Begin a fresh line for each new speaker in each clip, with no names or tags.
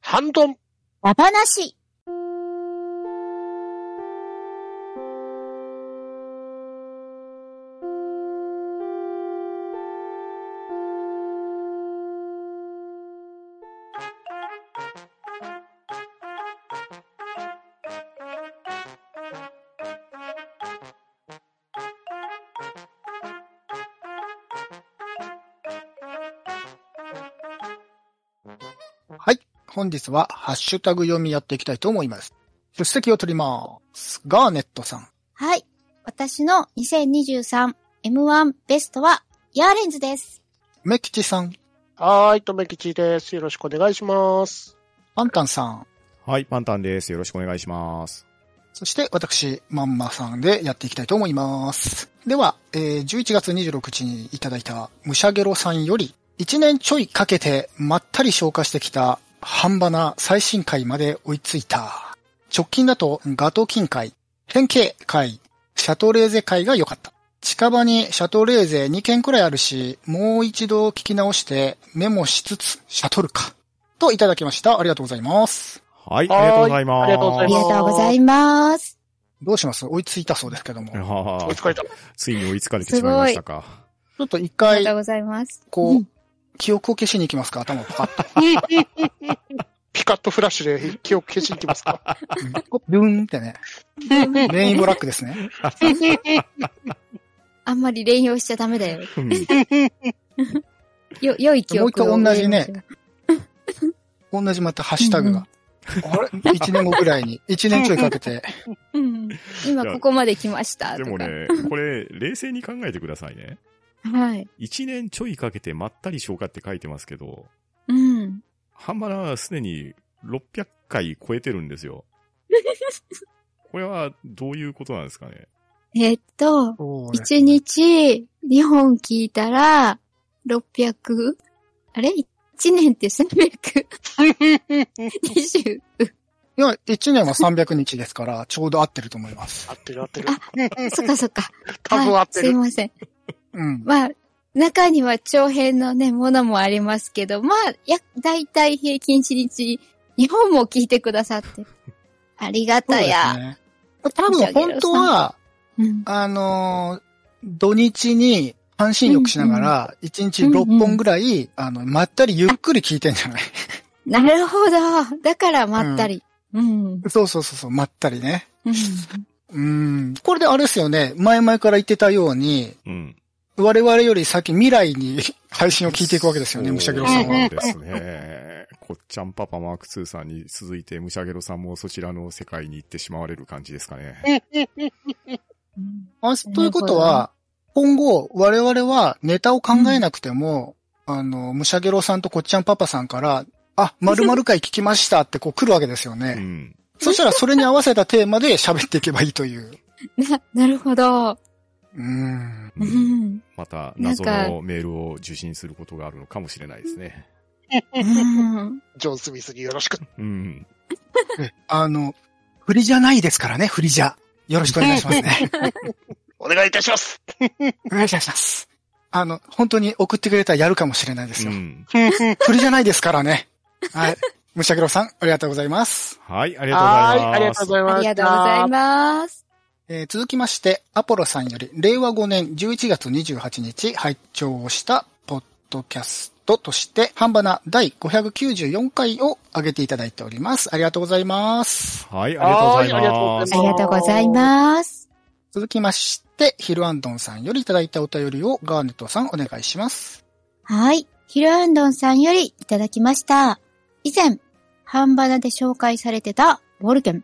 半ドン。
ラバなし。
はい。本日はハッシュタグ読みやっていきたいと思います。出席を取ります。ガーネットさん。
はい。私の 2023M1 ベストは、ヤーレンズです。
メキチさん。
はーい、とめきちです。よろしくお願いします。
パンタンさん。
はい、パンタンです。よろしくお願いします。
そして私、まんまさんでやっていきたいと思います。では、えー11月26日にいただいたムシャゲロさんより、1年ちょいかけてまったり消化してきた半端な最新回まで追いついた。直近だとガトキン回、変形回、シャトレーゼ回が良かった。近場にシャトレーゼ2件くらいあるし、もう一度聞き直してメモしつつシャトルか。といただきました。ありがとうございます。
はい、
はーい
ありがとうございます。
ありがとうござ
あ
い
り
ま
がとうございます。
どうします追いついたそうですけども。ち
は
お
ー
疲れた。
ついに追いつかれてしまいましたか。
ょっと一
あ
回
りがとうございます。
こう、
うん
記憶を消しに行きますか頭をパカッ
ピカッとフラッシュで記憶消しに行きますか。
と。ビューンってね。レインブラックですね。
あんまり連用しちゃダメだよ。
うん
よ、良い記憶を
もう一回同じね。同じまたハッシュタグが。あれ ?1 年後ぐらいに。1年ちょいかけて。
うん。今ここまで来ました。
でもね、これ、冷静に考えてくださいね。
とか。はい。
1年ちょいかけてまったり消化って書いてますけど、
うん。
ハンマラはすでに600回超えてる んですよ。これはどういうことなんですかね。
えっと、
そうですね
一日2本聞いたら、600? あれ ?1 年って 320?
いや、1年は300日ですから、ちょうど合ってると思います
合。ってる合ってる。
そっかそっか。
多分合って
はいすい
る。
ません。
うん。
まあ、中には長編のね、ものもありますけど、まあ、や、だいたい平均1日2本も聞いてくださって。ありが
そう
た
です
や。
ね。多分本当は、
うん。
あのー土日に半身浴しながら、1日6本ぐらい、あの、まったりゆっくり聞いてんじゃない
なるほど。だから、まったり。うん。
そうそうそうそう、まったりね。
うん。
うん。これであれですよね、前々から言ってたように、
うん。
我々より先未来に 配信を聞いていくわけですよね、ムシャゲロさんは。
そうですね。こっちゃんパパマーク2さんに続いて、ムシャゲロさんもそちらの世界に行ってしまわれる感じですかね。
あということは、今後、我々はネタを考えなくても、あの、ムシャゲロさんとこっちゃんパパさんから、あ、〇〇回聞きましたってこう来るわけですよ
う
ね。
ん。
そしたらそれに合わせたテーマで喋っていけばいいという。
な、なるほど。
うーん。
う
うん
ん。
また、謎のメールを受信することがあるのかもしれないですね。
うん。
ジョン・スミスによろしく。
うん。
あの、振りじゃないですからね、振りじゃ。よろしくお願いします ね。
お願いいたします。
お願いします。あの、本当に送ってくれたらやるかもしれないです
う
よ。
ん。
振りじゃないですからね。はい。むしゃげろさん、ありがとうございます。
はい、ありがとうござ
はいい、
ます。
ありがとうござい
あ
ま
り
した。
がとうございます。
えー続きまして、アポロさんより、令和5年11月28日、拝聴をした、ポッドキャストとして、半ばな第594回を上げていただいております。ありがとうございます。
はい、ありがとうござい
はいありがとうござい
ま
ます
す
あ。りがとうございます。
続きまして、ヒルアンドンさんよりいただいたお便りをガーネットさんお願いします。
はい。ヒルアンドンさんよりいただきました。以前、半バナで紹介されてたボルケン。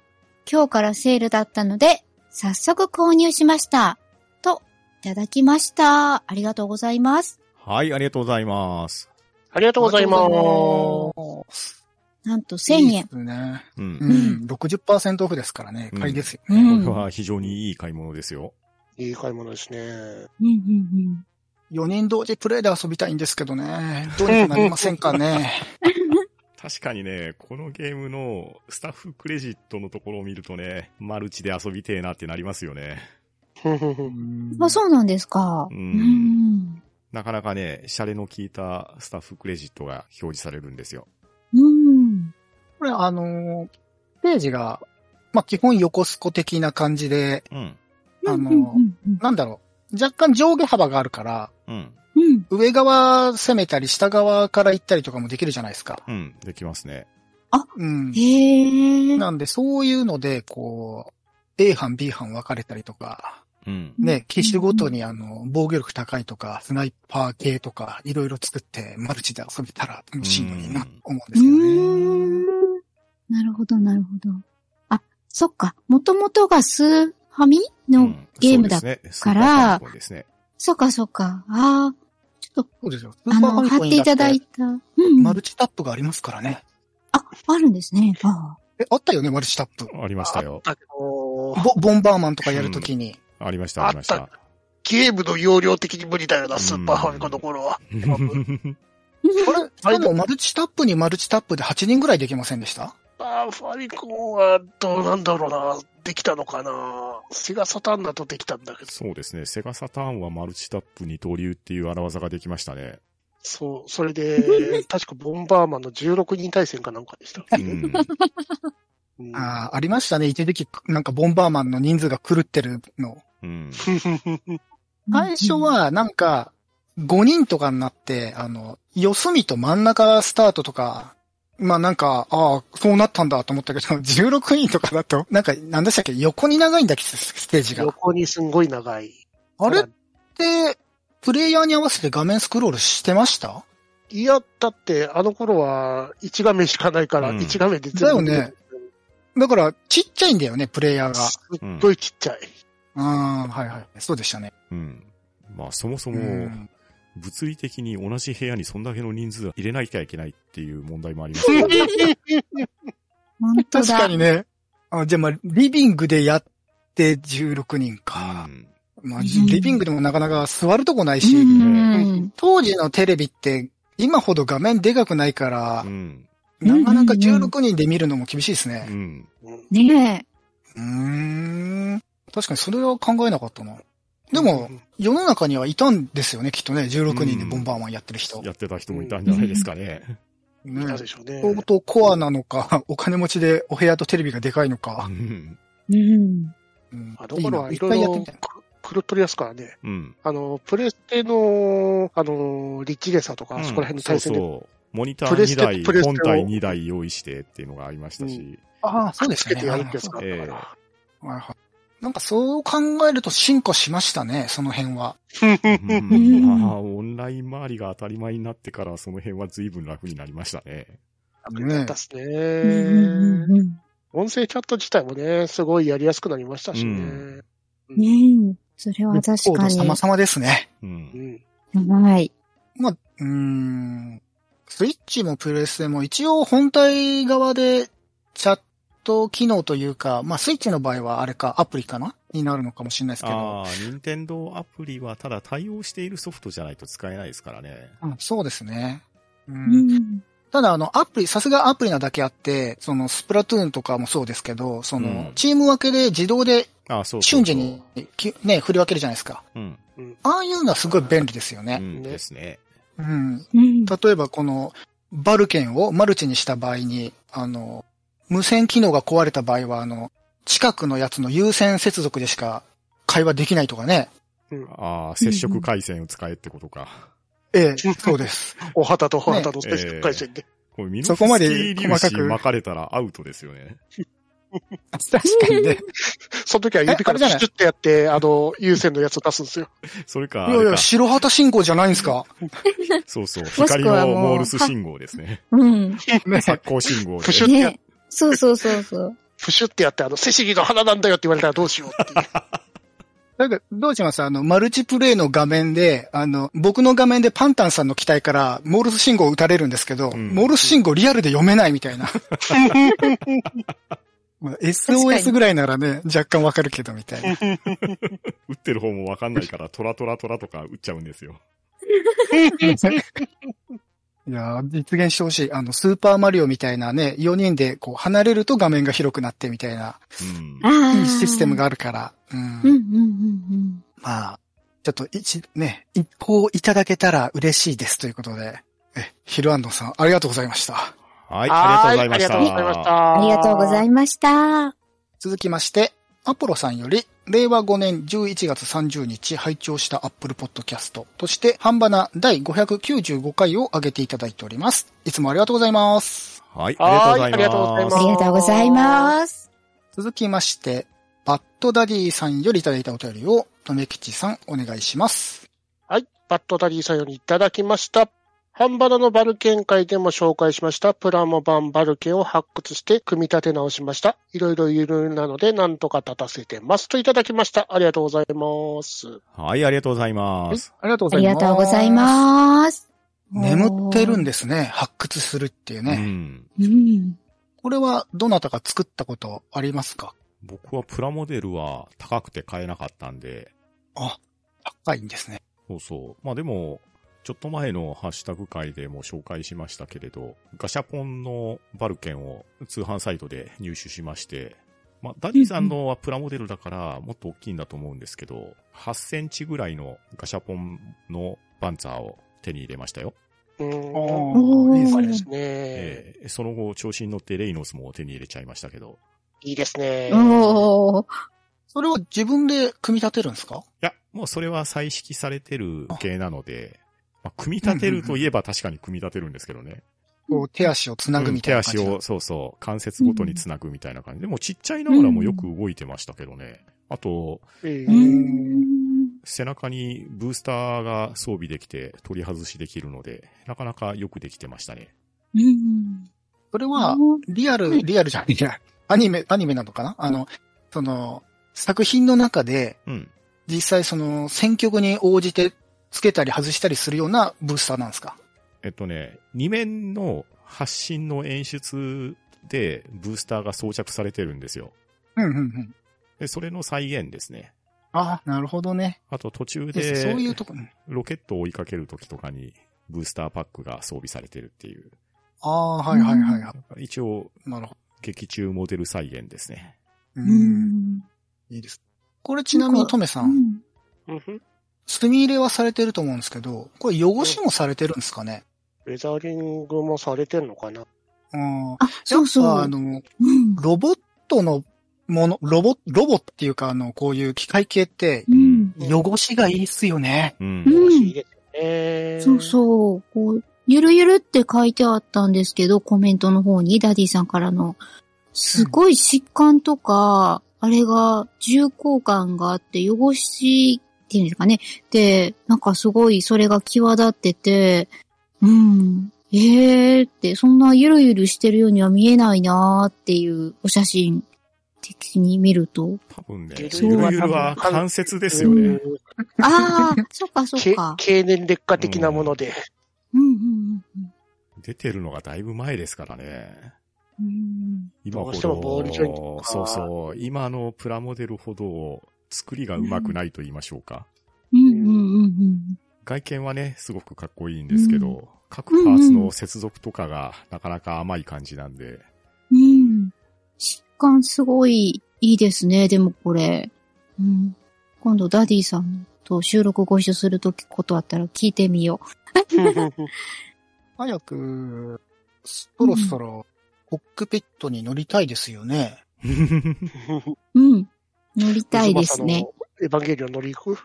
今日からセールだったので、早速購入しました。と、いただきました。ありがとうございます。
はい、ありがとうございます。
ありがとうござい
ありが
ま
なんと1000円。
いいですね。
う。
うんん。60%オフですからね。
うん
買いですよ。
う
こ
ん。
れ
うん
は非常にいい買い物ですよ。
す。いい買い物ですね。
うんうん。
4人同時プレイで遊びたいんですけどね。どうにかなりませんかね。
確かにね、このゲームのスタッフクレジットのところを見るとね、マルチで遊びてえなってなりますよね。
ふんふんふん
あ、そうなんですか。
うん
うん。
なかなかね、シャレの効いたスタッフクレジットが表示されるんですよ。
うん。
これ、あのーページが、まあ、基本横スコ的な感じで、
うん。
あのー
うんうんうん
なんだろう、若干上下幅があるから、
うん。
うん。
上側攻めたり下側から行ったりとかもできるじゃないですか。
うん。できますね。
うん。
へえ。
なんで、そういうので、こう、A 班、B 班分かれたりとか、
うん。
ね、機種ごとにあの、防御力高いとか、スナイパー系とか、いろいろ作って、マルチで遊べたら楽しいのにな、と思うんですけど
う
ね。
ーんなるほど、なるほど。あ、そっか。もともとがスーファミの、
うん
ゲームだ
そうですね
から
スーパーファミコンですね。
そっか、そっか。ああ、ちょっと、
そうですよ。ス
あ
ーパーファ
の、
ミ
貼っ
コン
て
に
いただい
て、
た。うん。
マ
あ
ル、チタップがありますからね。
あるんですね。あ
え、あったよね、マルチタップ。
ありましたよ。
だけど、
ボボンバーマンとかやるときに。
ありました、ありまし。
あったゲームの容量的に無理だよ
うん
な、スーパーファミコンの頃は。
あ。
あれ
あ
あれ
れ
でもマルチタップにマルチタップで8人ぐらいできませんでした
あーファミコンはどうなんだろうな、できたのかな。セガサターンだとできたんだけど、
そうですね。セガサターンはマルチタップ二刀流っていう荒技ができましたね。
そう、それ で、確かボンバーマンの16人対戦かなんかでした。
うん。
うん
ああ、ありましたね。一時期、なんかボンバーマンの人数が狂ってるの。
うん。
最初、は、なんか、5人とかになって、あの、四隅と真ん中スタートとか、まあなんか、ああ、そうなったんだと思ったけど、16人と かだと、なんか、なんでしたっけ、横に長いんだっけ、ステージが。
横にすんごい長い。
あれって、プレイヤーに合わせて画面スクロールしてました
いや、だって、あの頃は、1画面しかないから、
うん
1画面で全部。
だよね。だから、ちっちゃいんだよね、プレイヤーが。
すっごいちっちゃい。
ああ、はいはい。そうでしたね。
うん。まあ、そもそうも、
ん
物理的に同じ部屋にそんだけの人数入れなきゃいけないっていう問題もありますね。
本当だ。
確かにね。あじゃあまあ、リビングでやって16人か。まあ、
うん
リビングでもなかなか座るとこないし、
うん。
当時のテレビって今ほど画面でかくないから
う、ん。
なかなか
うんうんうん
16人で見るのも厳しいです
う
ね。
ん。
うん
ね
うーん。確かにそれは考えなかったな。でも、、世の中にはいたんですよね、きっとね。16人でボンバーマンやってる人。
やってた人もいたんじゃないですかね。
い
ね
たでしょうね。
相当コアなのか、 お金持ちでお部屋とテレビがでかいのか。
うん。
え。うん。
うん
あの頃はい
い
ろ
ないっぱ
ろ
やってみたい。
く狂っとりやすからね。
うん。
あの、プレステの、あの、リッチレーサーとか、あそこら辺の対戦で、
そうそう。モニター
プレステ
2台、
プレステを
本体2台用意してっていうのがありましたし。
ああ、そう
くっ
で
つ
す
け
ね。
てやるってやつがあったから。
はいはい。なんかそう考えると進化しましたね、その辺は。
うんまあ、オンライン周りが当たり前になってから、その辺は随分楽になりましたね。
楽になったっす
うんうん
ね。
うん
音声チャット自体もね、すごいやりやすくなりましたしね。
うん
ねえ。それは確
コー
か
ド
に。
様々ですね。
う。
うんん。
はい。
まあ、うーん。スイッチもプレステも一応本体側でチャット機能というか、まあスイッチの場合はあれか、アプリかなになるのかもしれないですけど。
ああ、任天堂アプリはただ対応しているソフトじゃないと使えないですからね。
うん、そうですね。う
うんん。
ただ、あの、アプリ、さすがアプリなだけあって、その、スプラトゥーンとかもそうですけど、その、
うん
チーム分けで自動で
ああ、そうそうそ
瞬
う
時に、きね、振り分けるじゃないですか。
うん。
ああいうのはすごい便利ですよ
う
ね。
ん。
ね
ですね。
うん。
うん。
例えばこのバルケンをマルチにした場合に、あの、無線機能が壊れた場合は、あの、近くのやつの優先接続でしか会話できないとかね。
ああ、接触回線を使えってことか。
ええ、そう です。
お旗とお旗のスペシャル回線で。
これミノ
そこまで
粒子
細かく
巻かれたらアウトですよね。
確かにね。
その時は指からプ
えあれじゃない
シュってやって、あの、優先のやつを出すんですよ。
それか、あ
いやい
れ
や、
か
白旗信号じゃないんです か。
そうそう、
しくは
光の
もう
モールス信号ですね。
うん。
ね。
発光信号で
プ。シュってや
ねえ。そうそうそう そう。
プシュってやって、あの、セシギの花なんだよって言われたらどうしようっていう。
だからどうしますあの、マルチプレイの画面で、あの、僕の画面でパンタンさんの機体からモールス信号を打たれるんですけど、
うん
モールス信号リアルで読めないみたい な。まあ
確か
SOS
に
ぐらいならね、若干わかるけどみた いな。
打ってる方もわかんないから、トラトラトラとか打っちゃうんですよ。
いやー、実現してほしい。あの、スーパーマリオみたいなね、4人でこう離れると画面が広くなってみたいな、
うん。
ああ。
いいシステム。があるから、うん。
うんうんうん
まあ、ちょっと一、ね、一報いただけたら嬉しいですということで、え、ヒルアンドンさん、ありがとうございました。
はい、ありがとうございました。
はありがとうございました。
ありがとうござ
ま
いました。
続きまして、アポロさんより、令和5年11月30日拝聴したアップルポッドキャストとして、ハンバナ第595回を上げていただいております。いつもありがとうございます。
はい、
はい
ありがとうございます。
ありがとうございます。
続きまして、バッドダディさんよりいただいたお便りを、とめきちさんお願いします。
はい。バットダディさんよりいただきました。ハンバラのバルケン会でも紹介しましたプラモ版バルケンを発掘して組み立て直しました。いろいろ緩んだのでなんとか立たせてますといただきました。ありがとうございます。
はい、ありがとうございます。
ありがと
あ
うござ
り
います。
がとうございます。
眠ってるん
で。
ですね。発掘するっていう
う
ね。
ん。
うん。
これはどなたか作ったことありますか
僕はプラモデルは高くて買えなかったんで、
あ、高いんですね。
そうそう。まあでも、ちょっと前のハッシュタグ会でも紹介しましたけれど、ガシャポンのバルケンを通販サイトで入手しまして、まあ、ダディさんのはプラモデルだからもっと大きいんだと思うんですけど、8センチぐらいのガシャポンのパンツァーを手に入れましたよ。
う
あ
ん。
お
ー
ー
いいです
あ
ね
れですね。
ええその後、調子に乗ってレイノスも手に入れちゃいましたけど。
いいですね。
おー。
それは自分で組み立てるんですか
いや、もうそれは再式されてる系なので、まあ、組み立てるといえば確かに組み立てるんですけどね。
こう手足をつなぐみたいな感じ
うん
な
手足を、そうそう、関節ごとにつなぐみたいな感じ。でもちっちゃいながらもよく動いてましたけどね。あと、
ええ
うん
背中にブースターが装備できて取り外しできるので、なかなかよくできてましたね。
うん。
それは、リアル、リアルじゃないや。アニメ、アニメなのかなあの、その、作品の中で、
うん。
実際その、選曲に応じて、つけたり外したりするようなブースターなんですか
えっとね、2面の発信の演出でブースターが装着されてるんですよ。
うんうんうん。
で、それの再現ですね。
ああ、なるほどね。
あと途中
でそういう
で、
とこ、うん
ロケットを追いかける時とかに、ブースターパックが装備されてるっていう。
ああ、はいはいはいは
一応、
い。なるほ
劇中モデル再現ですね。
ど。う。
うんん。
いいです。これちなみにトメさん、
うん
墨入れはされてると思うんですけど、これ汚しもされてるんですかね
レザリングもされてんのかな
うん。
あ、そう
やっぱ
そ
あ
う。
の、
うん
ロボットのもの、ロボ、ロボっていうか、あの、こういう機械系って、
うん。
汚しがいいっすよね。
うん。
うん
しいですよね。
そうそう。こう、ゆるゆるって書いてあったんですけど、コメントの方に、ダディさんからの。すごい疾患とか、あれが重厚感があって、汚しっていうんですかね。で、なんかすごいそれが際立ってて、うん。ええー、って、そんなゆるゆるしてるようには見えないなーっていうお写真的に見る と。
多分ね、ゆ
ゆ
る
る
ゆ
ゆるは
るは関節ですよ
う
ね
ん。ああ、そっかそっ
け
か。
経年劣化的なもので。
うんうんうん
出てるのがだいぶ前ですからね。
うん。うん
今
ど
ほ
うしてもボールジョイン
ど
ト、
そうそう、今のプラモデルほど作りがうまくないと言いましょうか。
うんうんうんうん。
外見はね、すごくかっこいいんですけど、各パーツの接続とかがなかなか甘い感じなんで、
うん。疾患すごいいいですね、でもこれ。うん。今度ダディさんと収録ご一緒するときことあったら聞いてみよ
早く、そろそろ、コックピットに乗りたいですよね。
う。うん。乗りたいですね。。
エヴァンゲリオン乗り行く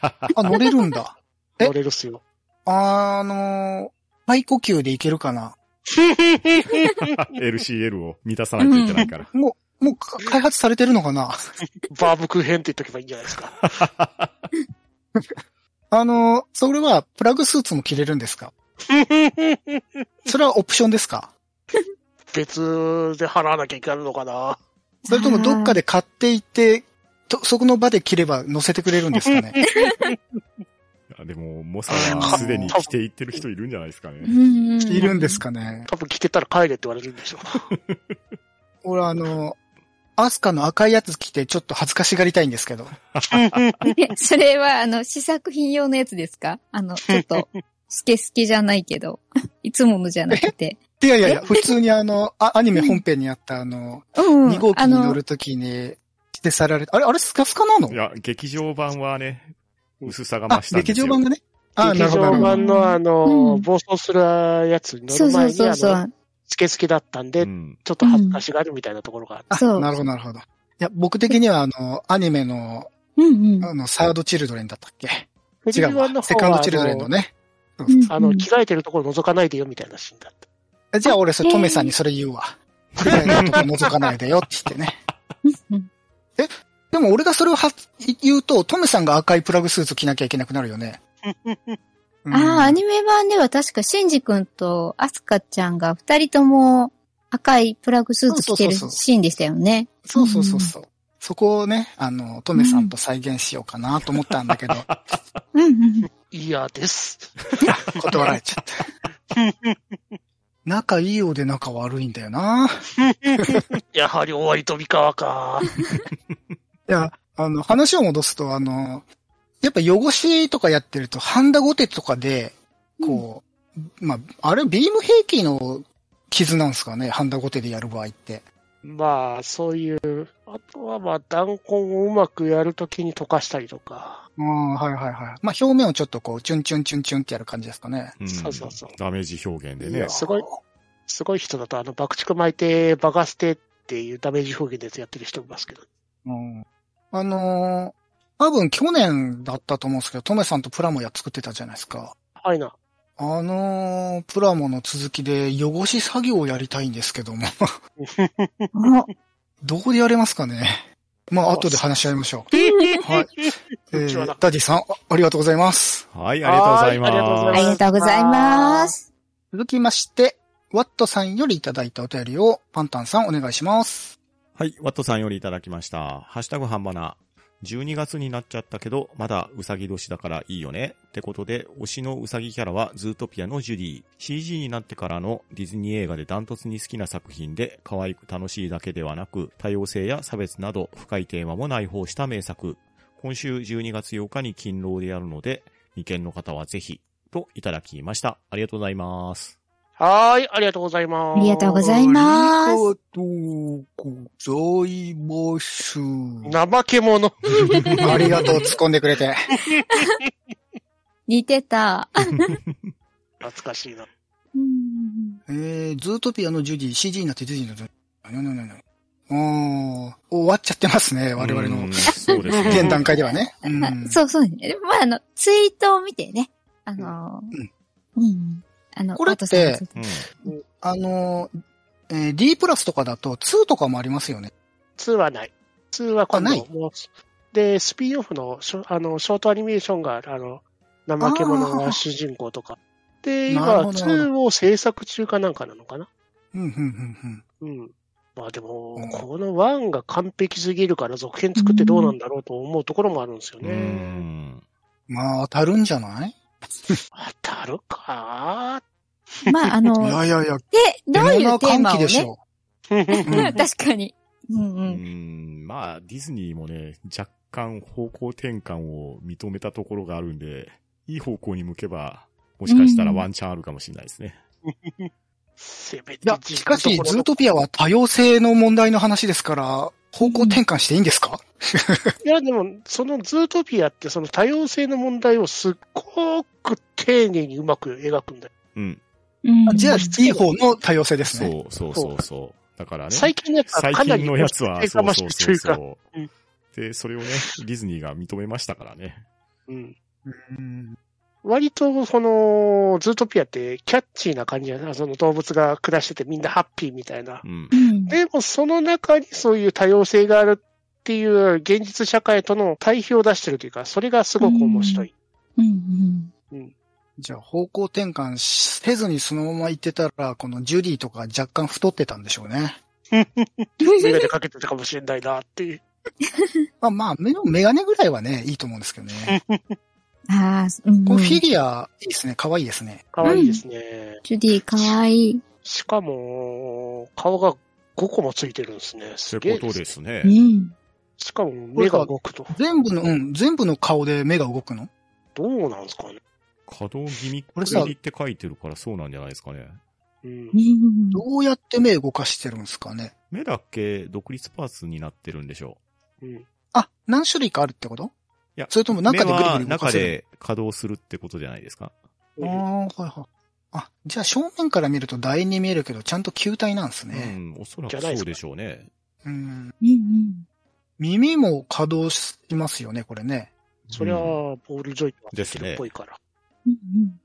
あ、乗れるんだ。 え
乗れるっすよ。
あのー、肺呼吸でいけるかな。
LCL を満たさないといけないから。
もう、もうか開発されてるのかな。
バームクーヘンって言っとけばいいんじゃないですか。
あのー、それはプラグスーツも着れるんですかそれはオプションですか
別で払わなきゃいけないのかな。
それともどっかで買っていって、とそこの場で着れば乗せてくれるんですかね
あでも、モサはすでに着ていってる人いるんじゃないですか
う
ね。
ん。
いるんですかね
多分着てたら帰れって言われるんでしょ
俺あの、アスカの赤いやつ着てちょっと恥ずかしがりたいんですけど。
それは、あの、試作品用のやつですかあの、ちょっ と、スケスケじゃないけど、いつものじゃなくて。
いやいやいや、普通にあの、あアニメ本編にあったあの、
うん。
2号機に乗
あの
るときに、着て去られた。あれ、あれスカスカなの
いや、劇場版はね、薄さが
あ
増し、たんで
劇
すよ。
場版がね。あ、
劇
なるほどな
場
るほど。
版のあ
う
の、
ん
暴走するやつに乗
そう
る
そう
前に、
そうそ
あの、
う。
つけ好きだったんで、
うん。
ちょっと恥ずかしがるみたいなところがあって、
そう
なるほど、なるほど。いや、僕的には、あの、アニメの、
うんうん。
あの、サードチルドレンだったっけ
フ
違
ィリ
う
ワ
わ
ンの。
セ
方
カンド
はあ
チルドレンの
の、
ね。
あの、着替えてるところ覗かないでよみたいなシーンだった。
えじゃあ俺、それ、
あ
トメさんにそれ言うわ。着替えるとこ覗かないでよって言ってね。
うん
でも俺がそれをは言うと、トメさんが赤いプラグスーツ着なきゃいけなくなるよね。うん
ああ、アニメ版では確か、シンジ君とアスカちゃんが二人とも赤いプラグスーツ着てる
そうそうそうそう
シーンでしたよね。
そうそうそうそう。そこをね、あの、トメさんと再現しようかなと思ったんだけど、
うんうん。
嫌です。
断られちゃった。 仲いいようで仲悪いんだよな。
やはり終わり飛び川か。
いや、あの、話を戻すと、あの、やっぱ汚しとかやってると、ハンダゴテとかで、こう、まあ、あれビーム兵器の傷なんですかね、ハンダゴテでやる場合って。
まあ、そういう、あとはまあ、弾痕をうまくやるときに溶かしたりとか。
ああ、はいはいはい。まあ、表面をちょっとこう、チュンチュンチュンチュンってやる感じですかね。
ん
そうそうそう
ダメージ表現で
い
ね
や。すごいすごい人だと、あの、爆竹巻いて、爆破してっていうダメージ表現でやってる人いますけど。
うん。あのー多分去年だったと思うんですけど、トメさんとプラモや作ってたじゃないですか。
はいな。
あのープラモの続きで汚し作業をやりたいんですけども、
お
どこでやれますかね。まあ、後で話し合いましょう。はい。 え
うちはな
ー、ダディさん、あありがとうございます。
はい、ありがとうございます。
はいありがとうござい
ありがとうございます。
続きまして、ワットさんよりいただいたお便りをパンタンさんお願いします。
はい、ワットさんよりいただきました。ハッシュタグハンバナ。12月になっちゃったけど、まだうさぎ年だからいいよね。ってことで、推しのうさぎキャラはズートピアのジュディ。CG になってからのディズニー映画でダントツに好きな作品で、可愛く楽しいだけではなく、多様性や差別など深いテーマも内包した名作。今週12月8日に勤労でやるので、未見の方はぜひ、といただきました。ありがとうございます。
はーい、ありがとうございます。
ありがとうございます
ありがとうございます。
怠け者。
ありがとう、突っ込んでくれて。
似てた。
懐かしいな。
うん
えー、ズートピアのジュディ、CG になってディズニーのジュディ。なになになにあー終わっちゃってますね、我々
う
の
ん。そうです ね。
現段階ではね。うん。
あ そうそうね。でもまあ、あの、ツイートを見てね。あのー、うんうん。あの、
これって
ワトさんのツイート
うん。
あのー、えー D プラスとかだと2とかもありますよね。
2はない。2は今
あ
度
ない
もうで、スピンオフのショあのショートアニメーションが、あの、怠け者が主人公とか。で、
なる
今、
ほどなるほ
2を制作中かなんかなのかな
うん、うん、うん、うん。
うん。まあでも、
うん
この1が完璧すぎるから続編作ってどうなんだろうと思うところもあるんですよ
う
ね。
ん。
まあ、当たるんじゃない
当たるか
まあ、あの
い、やいやいや、
で、どうい
世の
うテーマを
歓喜でし
ね。
ょ う。う ん
確かに。うんう。
うんん、まあ、ディズニーもね、若干方向転換を認めたところがあるんで、いい方向に向けば、もしかしたらワンチャンあるかもしれないですね。
せめて
いや、
自分
しか
のところ
し、
の
ズートピアは多様性の問題の話ですから、方向転換していいんですか、
いや、でも、そのズートピアって、その多様性の問題をすっごく丁寧にうまく描くんだよ。
うん。
うん
じゃあ、
しつけ
D 方の多様性ですね。
そうそうそうそう。だからね、
最近のやつは
最
かなり
近のやつは、
個性
そう
が
そう
増して
そう
るから
そう
うん
で、それをね、ディズニーが認めましたからね。
うん
うん
割と、その、ズートピアってキャッチーな感じやな。その動物が暮らしててみんなハッピーみたいな
う。ん
う。ん
でも、その中にそういう多様性があるっていう現実社会との対比を出してるというか、それがすごく面白い。
うんうん
じゃあ、方向転換せずにそのまま行ってたら、このジュディとか若干太ってたんでしょうね。
メガネかけてたかもしれないなっていう。
まあまあ、メメガネぐらいはね、いいと思うんですけどね。
ああ、うんうん。
このフィギュア、いいですね。可愛いですね。
可愛いですね。
ジュディ、かわいい。
しかも、顔が5個もついてるんですね。
そ
す
うい
げ
う
え
こ
で
と
すね
ですね
う。ん。
しかも目が動くと。
全部の、うん、全部の顔で目が動くの
どうなんですかね。
可動気味
これさ
入りって書いてるからそうなんじゃないですかね。
うん
う。ん
どうやって目動かしてるんですかね。
目だけ独立パーツになってるんでしょ
うん。
あ、何種類かあるってこと
いや
それとも
う。
中で
目
ぐる
は
ぐる動か
中
せる
で稼働するってことじゃないですか。
ああ、はいはい。あ、じゃあ正面から見ると楕円に見えるけど、ちゃんと球体なんです
う
ね。
ん、おそら
じゃ
く
ない
そ
ですか
うでしょうね。
うん。
うんうん。
耳も稼働しますよね、これね。
そりゃあ、
うん
ボールジョイントはできるっぽい から。
うん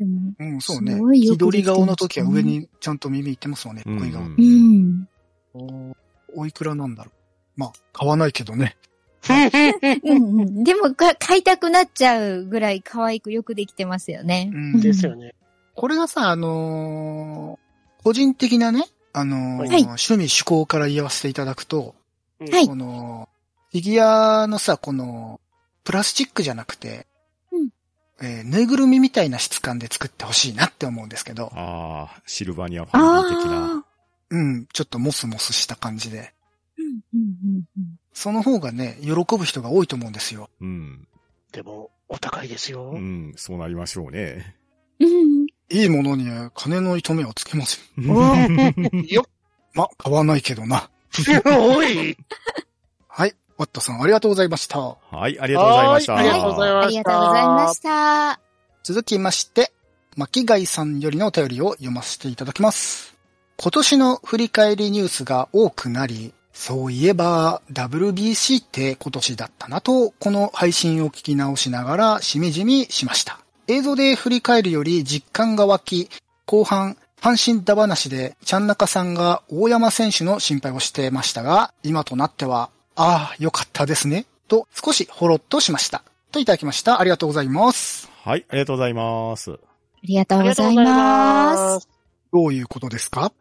うん。でも、
うん、そうね
すご。いよ
気
くでき
取り
てますね
顔の時は上にちゃんと耳いってますもんね、
うん
小井顔。
うん
うん。
おいくらなんだろう。まあ、買わないけどね。
うんうん。でも、か買いたくなっちゃうぐらい可愛くよくできてますよね。
うん
ですよね。
これがさ、あのー個人的なね、あのー
はい
趣味趣向から言わせていただくと、
うん
はい
この、フィギュアのさ、この、プラスチックじゃなくて、
うん
えーぬいぐるみみたいな質感で作ってほしいなって思うんですけど、
ああ、シルバニアファミリー的な。
ああ。
うん、ちょっとモスモスした感じで、
うんうんうん
その方がね、喜ぶ人が多いと思うんですよ。
うん。
でも、お高いですよ。
うん、そうなりましょうね。
うん。
いいものには金の糸目をつけますよ。
んよっ
ま、買わないけどな。
おい
はい。ワットさんありがとうございました。
はい、ありがとうございました。
はありがとうござい
あ
ま
り
し
が
た。
とうございました。
続きまして、巻貝さんよりのお便りを読ませていただきます。今年の振り返りニュースが多くなり、そういえば WBC って今年だったなと、この配信を聞き直しながらしみじみしました。映像で振り返るより実感が湧き、後半、阪神だ話で、ちゃん中さんが大山選手の心配をしてましたが、今となっては、ああ、よかったですね、と少しほろっとしました。といただきました。ありがとうございます。
はい、ありがとうございます。
ありがと
あ
う
り
ご
がとう
ざ
ご
い
ざいま
ますす。。
どういうことですか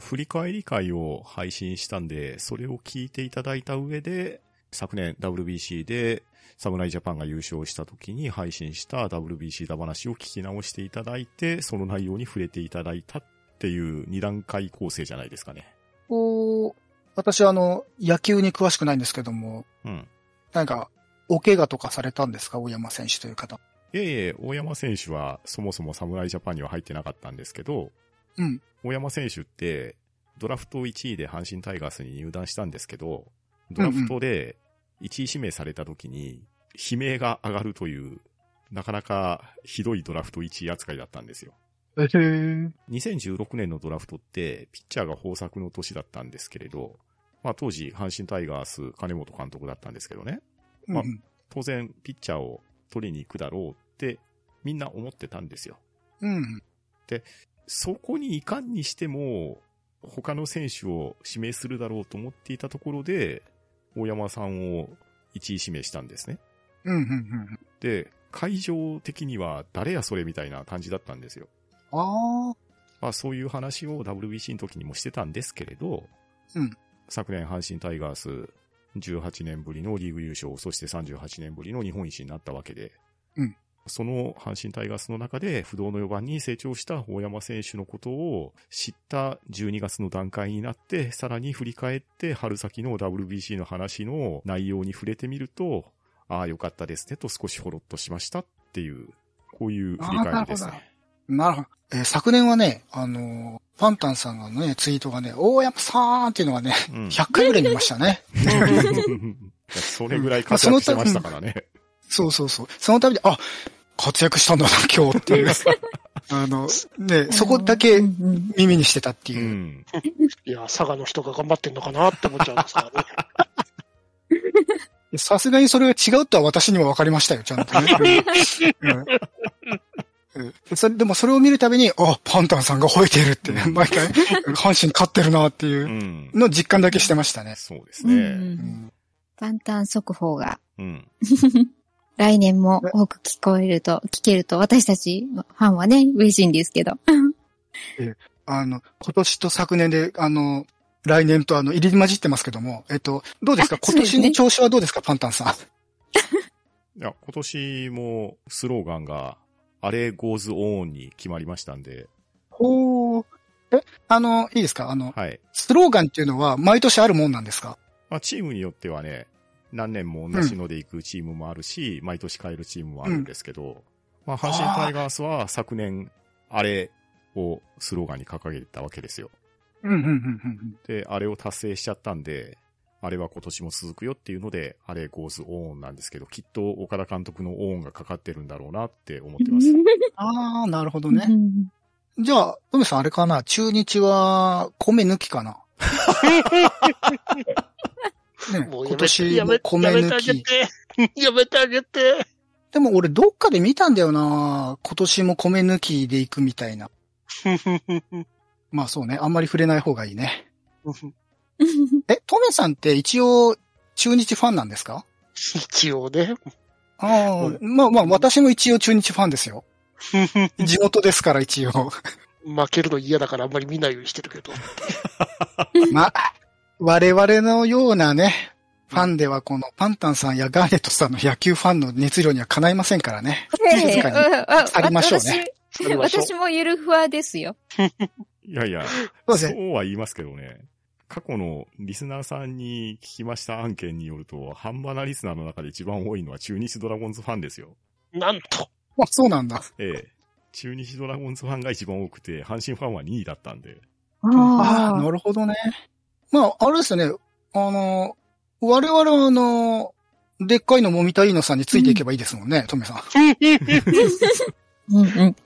振り返り会を配信したんで、それを聞いていただいた上で、昨年 WBC で侍ジャパンが優勝した時に配信した WBC だ話を聞き直していただいて、その内容に触れていただいたっていう二段階構成じゃないですかね。
こう、私はあの、野球に詳しくないんですけども、
うん。
なんか、お怪我とかされたんですか大山選手という方。
いえいえ、大山選手はそもそも侍ジャパンには入ってなかったんですけど、
うん。
大山選手って、ドラフト1位で阪神タイガースに入団したんですけど、ドラフトで1位指名された時に、悲鳴が上がるという、なかなかひどいドラフト1位扱いだったんですよ。
へえ。
2016年のドラフトって、ピッチャーが豊作の年だったんですけれど、まあ当時、阪神タイガース、金本監督だったんですけどね。
うんうん。
当然、ピッチャーを取りに行くだろうって、みんな思ってたんですよ。
うん。
そこにいかんにしても、他の選手を指名するだろうと思っていたところで、大山さんを1位指名したんですね。
うん。うん。
で、会場的には誰やそれみたいな感じだったんですよ。
ああ。
まあそういう話を WBC の時にもしてたんですけれど、
うん
昨年阪神タイガース18年ぶりのリーグ優勝、そして38年ぶりの日本一になったわけで、
うん
その阪神タイガースの中で不動の4番に成長した大山選手のことを知った12月の段階になって、さらに振り返って春先の WBC の話の内容に触れてみると、ああ、よかったですねと少しほろっとしましたっていう、こういう振り返りです
あーなるほど
ね。
なるほど。えー昨年はね、あのーパンタンさんがね、ツイートがね、大山さんっていうのがね、
うん
100回ぐらい見ましたね。
それぐらい活躍してましたからね。
そうそうそう。そのために、あ、活躍したんだな、今日 っていう。あの、ね、そこだけ
うんうん
耳にしてたって
う
いう。
ん。
いや、佐賀の人が頑張ってんのかなって思っちゃうんですからね。
さすがにそれが違うとは私にも分かりましたよ、ちゃんとね。うんうんそれでもそれを見るたびに、あ、パンタンさんが吠えているって、
うん。
毎回、阪神勝ってるなっていううんのを実感だけしてましたね。
そうです
うんう
ね。
ん。
うん
簡単速報が
うん。
来年も多く聞こえると、聞けると私たちのファンはね、嬉しいんですけど。
あの、今年と昨年で、あの、来年とあの、入り混じってますけども、えっと、どうですか
あ
今年
そうです
の
ね
調子はどうですかパンタンさん。
いや、今年もスローガンが、あれ goes on に決まりましたんで、
ほー。え、あの、いいですかあの、
はい。
スローガンっていうのは毎年あるもんなんですか
まあ、チームによってはね、何年も同じので行くチームもあるし、毎年変えるチームもあるんですけど、まあ、阪神タイガースは昨年、あれをスローガンに掲げてたわけですよ。
うん、うん、うん、うん。
で、あれを達成しちゃったんで、あれは今年も続くよっていうので、あれゴーズオーンなんですけど、きっと岡田監督のオーンがかかってるんだろうなって思ってます。
あー、なるほど
う
ね。
ん
じゃあ、梅さんあれかな中日は米抜き かなね
もうや
今
めて、
年
や
も
め
米
やめてあ
抜
げ
き。
て。やめてあげて。
でも俺どっかで見たんだよな今年も米抜きで行くみたいな。まあそうね。あんまり触れない方がいいね。 え、トメさんって一応中日ファンなんですか
一応ね。
ああ、まあまあ私も一応中日ファンですよ。地元ですから一応。
負けるの嫌だからあんまり見ないようにしてるけど。
まあ、我々のようなね、ファンではこのパンタンさんやガーネットさんの野球ファンの熱量にはかないませんからね。静かに
あ
去りましょうね。
去りましょう
私もゆるふわですよ。
いやいや、
そうですね。
そうは言いますけどね。過去のリスナーさんに聞きました案件によると、ハンバナリスナーの中で一番多いのは中日ドラゴンズファンですよ。
なん と。
あそうなんだ。
ええ。中日ドラゴンズファンが一番多くて、阪神ファンは2位だったんで。
ああ、
あ
なるほどね。まあ、あれですよね。あの、我々はあの、でっかいのもみたいのさんについていけばいいですもんね、トメさん。
うんうん。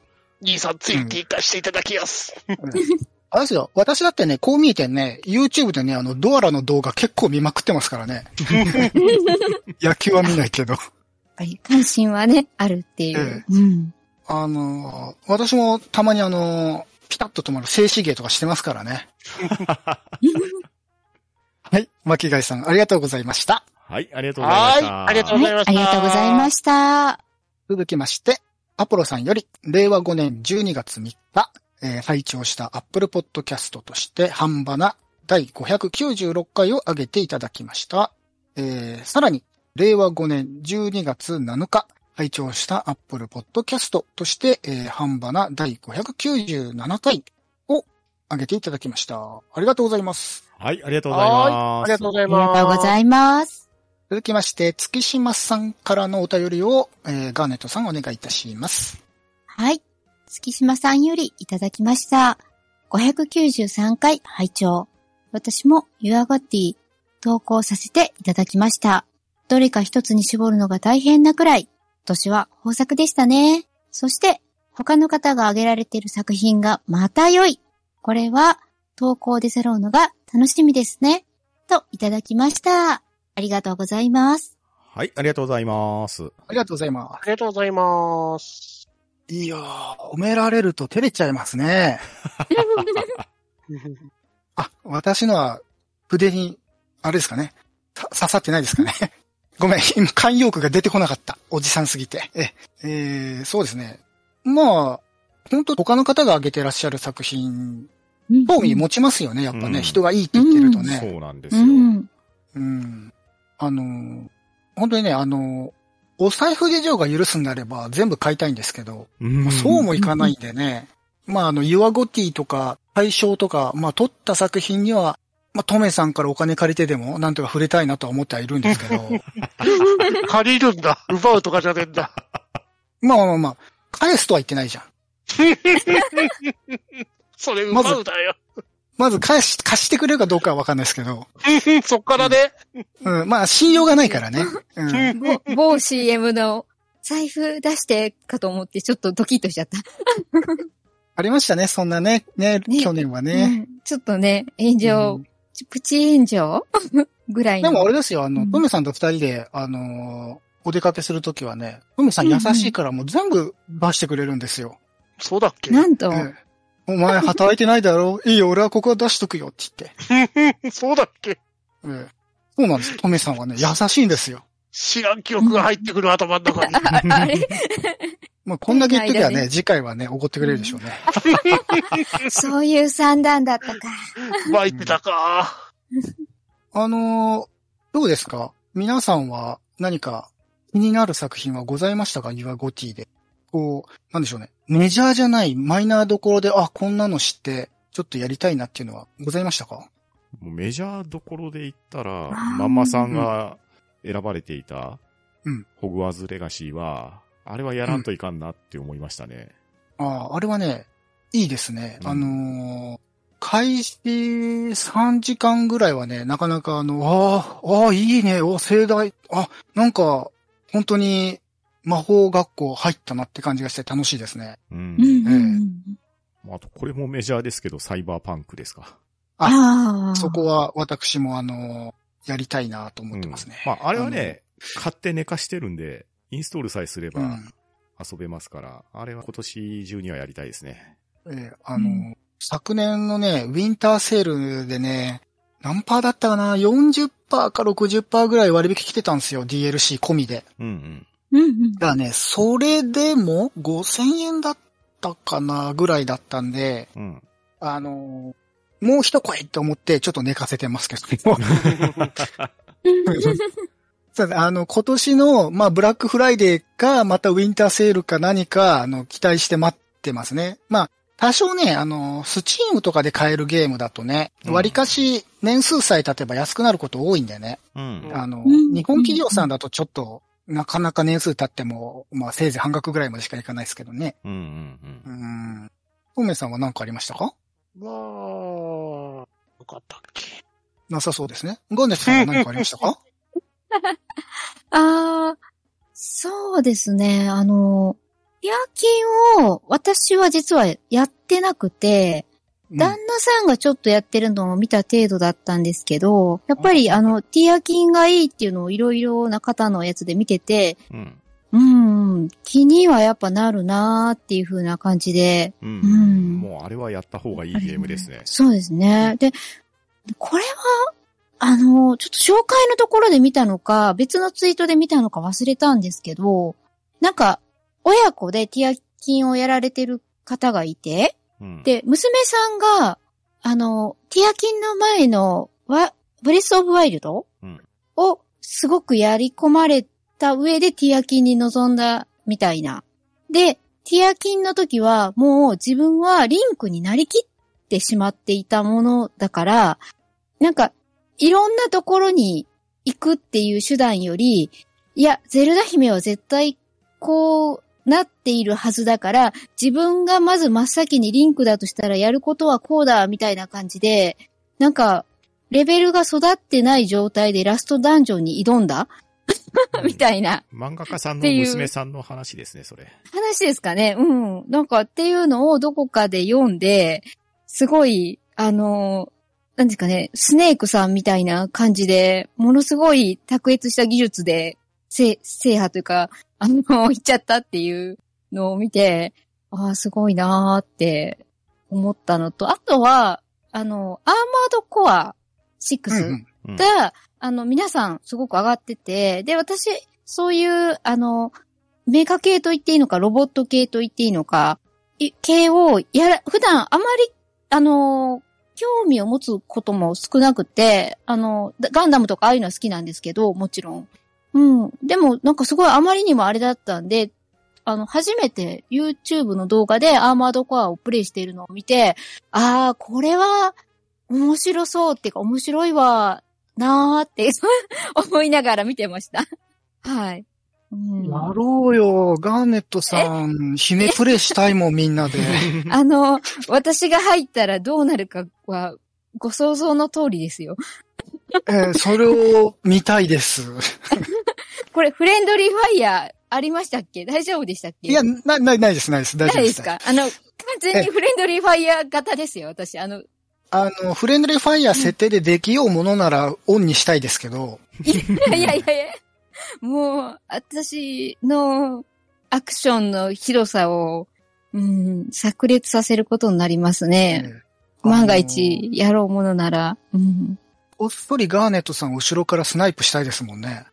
兄さん、ついていかしていただきやす。
あれですよ。私だってね、こう見えてね、YouTube でね、あの、ドアラの動画結構見まくってます からね。野球は見ないけど。
やっぱり関心はね、あるっていう。うん。
あの、私もたまにあの、ピタッと止まる静止芸とかしてますからね。はい。巻貝さん、ありがとうございました。
はい、ありがとうございま
は
し
い。
た。
ありがとうございました。
ありがとうございました。
続きまして、アポロさんより、令和5年12月3日、えー拝聴した Apple Podcast として、半ばな第596回を上げていただきました。えーさらに、令和5年12月7日、拝聴した Apple Podcast として、えー、半ばな第597回を上げていただきました。ありがとうございます。
はい、ありがとうございます。
ありがとうござ
あ
い
りが
ます。
とうございます。
続きまして、月島さんからのお便りを、えーガーネットさんお願いいたします。
はい。月島さんよりいただきました。593回拝聴。私もユアゴッティ投稿させていただきました。どれか一つに絞るのが大変なくらい、今年は豊作でしたね。そして、他の方が挙げられている作品がまた良い。これは、投稿で揃うのが楽しみですね。といただきました。ありがとうございます。
はい、ありがとうございます。
ありがとうございます。
ありがとうございます。
いやー、褒められると照れちゃいますね。あ、私のは筆に、あれですかね。さ刺さってないですかね。 ごめん、今、慣用句が出てこなかった。おじさんすぎて。え、えーそうですね。まあ、本当他の方が挙げてらっしゃる作品、興味持ちますよね、やっぱね。
うん
人がいいって言ってるとね。
そうなんです
う
よ。
ん。
うん。あのー、本当にね、あのー、お財布事情が許すんであれば全部買いたいんですけど、
うん
そうもいかないんでね。まあ、あの、ユアゴティとか、大賞とか、まあ、撮った作品には、まあ、トメさんからお金借りてでも、なんとか触れたいなとは思ってはいるんですけ ど、
借りるんだ。奪うとかじゃねえんだ。
まあまあまあ、返すとは言ってないじゃん。
それ奪うだよ。
まず返し、貸してくれるかどうかはわかんないですけど、
そっからね。
うん、まあ、信用がないから ね。うん。
ぼ某 CM の財布出してかと思ってちょっとドキッとしちゃった。
ありましたね、そんなね、ね、
ね
去年はね。
うんちょっとね、炎上、
うん
ちプチ炎上 ぐらい
で
の。
もあれですよ、あの、
うん
トメさんと二人で、あのーお出かけするときはね、トメさん優しいからもう全部出してくれるんですよ。
そうだっけ
なんと、
ええお前働いてないだろいいよ、俺はここは出しとくよって言って。
そうだっけ
ええそうなんですよ。トメさんはね、優しいんですよ。
知らん記憶が入ってくる頭の 中に。
ああれ
まあ、こんだけ言っときゃ
間
ね、
に
次回はね、怒ってくれるでしょうね。
そういう算段だったか。
巻いてたか。
あのーどうですか皆さんは何か気になる作品はございましたかユアゴティで。こう、なんでしょうね。メジャーじゃないマイナーどころで、あ、こんなの知って、ちょっとやりたいなっていうのはございましたか
もうメジャーどころで言ったら、
ー
マンマさんが選ばれていた
うん、
ホグワーズレガシーは、あれはやらんといかんなって思いましたね。
ああ、あれはね、いいですね。
うん
あのー開始3時間ぐらいはね、なかなかあの、ああ、ああ、いいね、お、盛大、あ、なんか、本当に魔法学校入ったなって感じがして楽しいですね。
うん。
うんうんうん
え
まあ、あと、これもメジャーですけど、サイバーパンクですか。
ああ。
そこは私もあの、やりたいなと思ってますね。
うんまあ、あれはね、買って寝かしてるんで、インストールさえすれ
う
ば
ん。
遊べますから、あれは今年中にはやりたいですね。
えーあの、
うん
昨年のね、ウィンターセールでね、何パーだったかな ?40% か60%ぐらい割引来てたんですよ。DLC 込みで。
うんう
う
ん。
んうん。
だからね、それでも5000円だったかなぐらいだったんで、
うん。
あの、もう一声と思ってちょっと寝かせてますけど も。そうですあの、今年の、まあ、ブラックフライデーか、またウィンターセールか何か、あの、期待して待ってますね。まあ、多少ね、あの、スチームとかで買えるゲームだとね、
うん
割かし年数さえ経てば安くなること多いんだよね。
うん。
あの、
うん
日本企業さんだとちょっと、なかなか年数経っても、まあ、せいぜい半額ぐらいまでしかいかないですけどね。
うんうん
う
うん。
ん。トメさんは何かありましたか
まあ、よかったっけ。
なさそうですね。ゴンネスさんは何かありましたか
ああ、そうですね。あの、夜勤を私は実はやってなくて、
うん
旦那さんがちょっとやってるのを見た程度だったんですけど、やっぱりあの、ティアキンがいいっていうのをいろいろな方のやつで見てて、
うん。
うん、気にはやっぱなるなーっていう風な感じで、
う。
うんん。
もうあれはやった方がいいゲームですね。
そうですね。で、これは、あの、ちょっと紹介のところで見たのか、別のツイートで見たのか忘れたんですけど、なんか、親子でティアキンをやられてる方がいて、
うん。
で、娘さんが、あの、ティアキンの前のワ、ブレスオブワイルド、
うん
をすごくやり込まれた上でティアキンに臨んだみたいな。で、ティアキンの時はもう自分はリンクになりきってしまっていたものだから、なんか、いろんなところに行くっていう手段より、いや、ゼルダ姫は絶対こうなっているはずだから、自分がまず真っ先にリンクだとしたらやることはこうだ、みたいな感じで、なんか、レベルが育ってない状態でラストダンジョンに挑んだ みたいな。
漫画家さん
っ
の
ていう
娘さんの話ですね、それ。
話ですかね。うん。なんかっていうのをどこかで読んで、すごい、あの、なんですかね、スネークさんみたいな感じで、ものすごい卓越した技術で、せ制覇というか、あの、い っちゃったっていうのを見て、ああ、すごいなーって思ったのと、あとは、あの、アーマードコア6、
うんうん
うん
が、あの、皆さんすごく上がってて、で、私、そういう、あの、メカ系と言っていいのか、ロボット系と言っていいのか、い系をやら、普段あまり、あの、興味を持つことも少なくて、あの、だガンダムとかああいうのは好きなんですけど、もちろん。うん。でも、なんかすごいあまりにもあれだったんで、あの、初めて YouTube の動画でアーマードコアをプレイしているのを見て、ああ、これは面白そうっていうか面白いわ、なーって、 そう思いながら見てました。はい。うん、
やろうよ、ガーネットさん。姫プレイしたいもん、みんなで。
あの、私が入ったらどうなるかは、ご想像の通りですよ。
えーそれを見たいです。
これ、フレンドリーファイヤーありましたっけ大丈夫でしたっけ
いや、な、ない、ないです、ないです。大
な
丈夫
い
で。
ですすかあの、完全にフレンドリーファイヤー型ですよ、私。あの、
あの、フレンドリーファイヤー設定でできようものならオンにしたいですけど、
いやいやいやいや、もう、私のアクションの広さを、うん、炸裂させることになりますね。
うん
万が一、やろうものなら。うん。
こっそりガーネットさん後ろからスナイプしたいですもんね。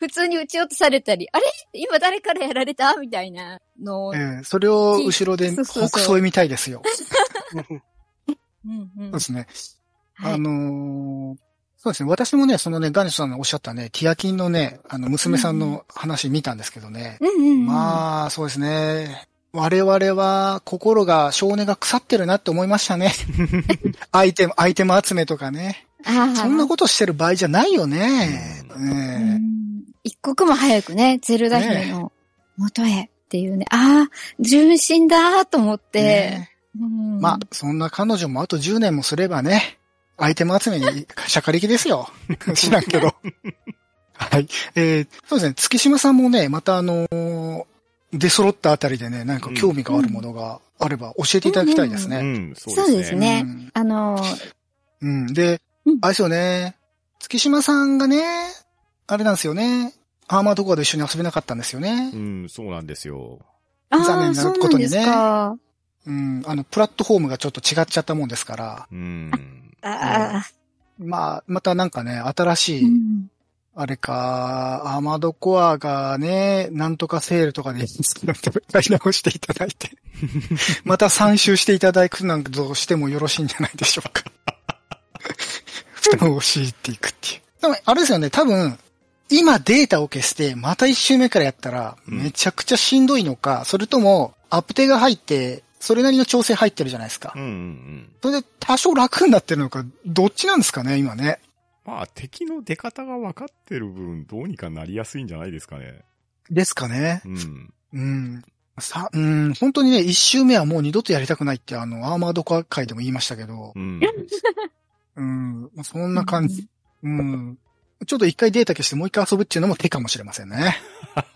普通に撃ち落とされたり、あれ今誰からやられたみたいなのを
え。ーそれを後ろで
そうそうそう
北添みたいですよ。そ
うんうん
うですね。
はい
あのーそうですね。私もね、そのね、ガーネットさんのおっしゃったね、ティアキンのね、あの、娘さんの話見たんですけどね。
うんうんうん。
まあ、そうですね。我々は心が、少年が腐ってるなって思いまし たね。アイテム、アイテム集めとかね。
あ
そんな
こ
ことしてる場合じゃないよね。
う
と
ね
一刻も早くね、ゼルダ姫の元へっていうね、ああ、純真だーと思っ
え
て、
ね
うん
えまあ、そんな彼女もあと10年もすればね、アイテム集 めに、しゃかりきですよ。知らんけど。はい。えーそうですね。月島さんもね、またあのー出揃ったあたりでね、何か興味があるものがあれば教えていただきたいです
う
ね。
ん、そうですね。
そうですね
うん
あのー、
うん。で
うん、
あれですよね。月島さんがね、あれなんですよね。アーマードコアと一緒に遊べなかったんですよね
う。ん、そうなんですよ。
残
あ
念
あ、
な
そう
こ
な
と
ん
にね
ですか。
うん。あの、プラットフォームがちょっと違っちゃったもんですから。
うん。
ああ、
まあ、またなんかね、新し
う
い、
ん
あれか、アーマードコアがね、なんとかセールと かで、買い直していただい て、また参集していただくなんどうしてもよろしいんじゃないでしょう か。負担を強いていくっていう。でも、あれですよね、多分、今データを消して、また一周目からやったら、
うん
めちゃくちゃしんどいのか、それとも、アップデが入って、それなりの調整入ってるじゃないですか
うんうん。うん。
それで多少楽になってるのか、どっちなんですかね、今ね。
まあ、敵の出方が分かってる分、どうにかなりやすいんじゃないですかね。
ですかね。
うん。
うん。さ、うん、本当にね、一周目はもう二度とやりたくないって、あの、アーマード化会でも言いましたけど
う、ん。
うん、まあそんな感じ。うん。ちょっと一回データ消してもう一回遊ぶっていうのも手かもしれませんね。は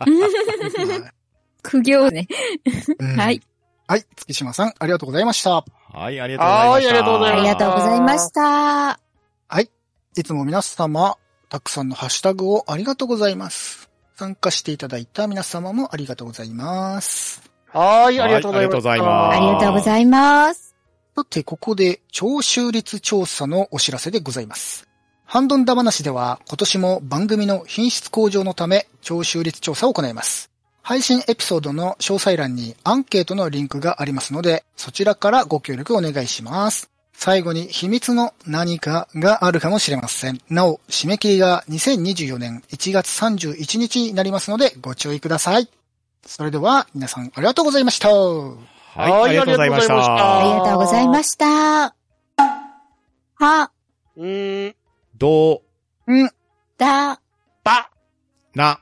苦行ね。
いうん
はい。
はい、月島さん、ありがとうございました。
はい、ありがとうござ
は
いました。
いありがとうござ
あ
い
り
ま
が
した
とうございました。
いつも皆様、たくさんのハッシュタグをありがとうございます。参加していただいた皆様もありがとうございます。
はーい、
は
あ
い
りがとうございました。
あ
あ
ー
りがとうございます。
さて、ここで聴収率調査のお知らせでございます。ハンドンダ話では今年も番組の品質向上のため聴収率調査を行います。配信エピソードの詳細欄にアンケートのリンクがありますので、そちらからご協力お願いします。最後に秘密の何かがあるかもしれません。なお、締め切りが2024年1月31日になりますのでご注意ください。それでは皆さんありがとうございました。
はい、ありがとうございまし
はいありがとうございました
た
あ。りがとうございました。は、
うーん、
どう
うん。
だ、
ば。
な。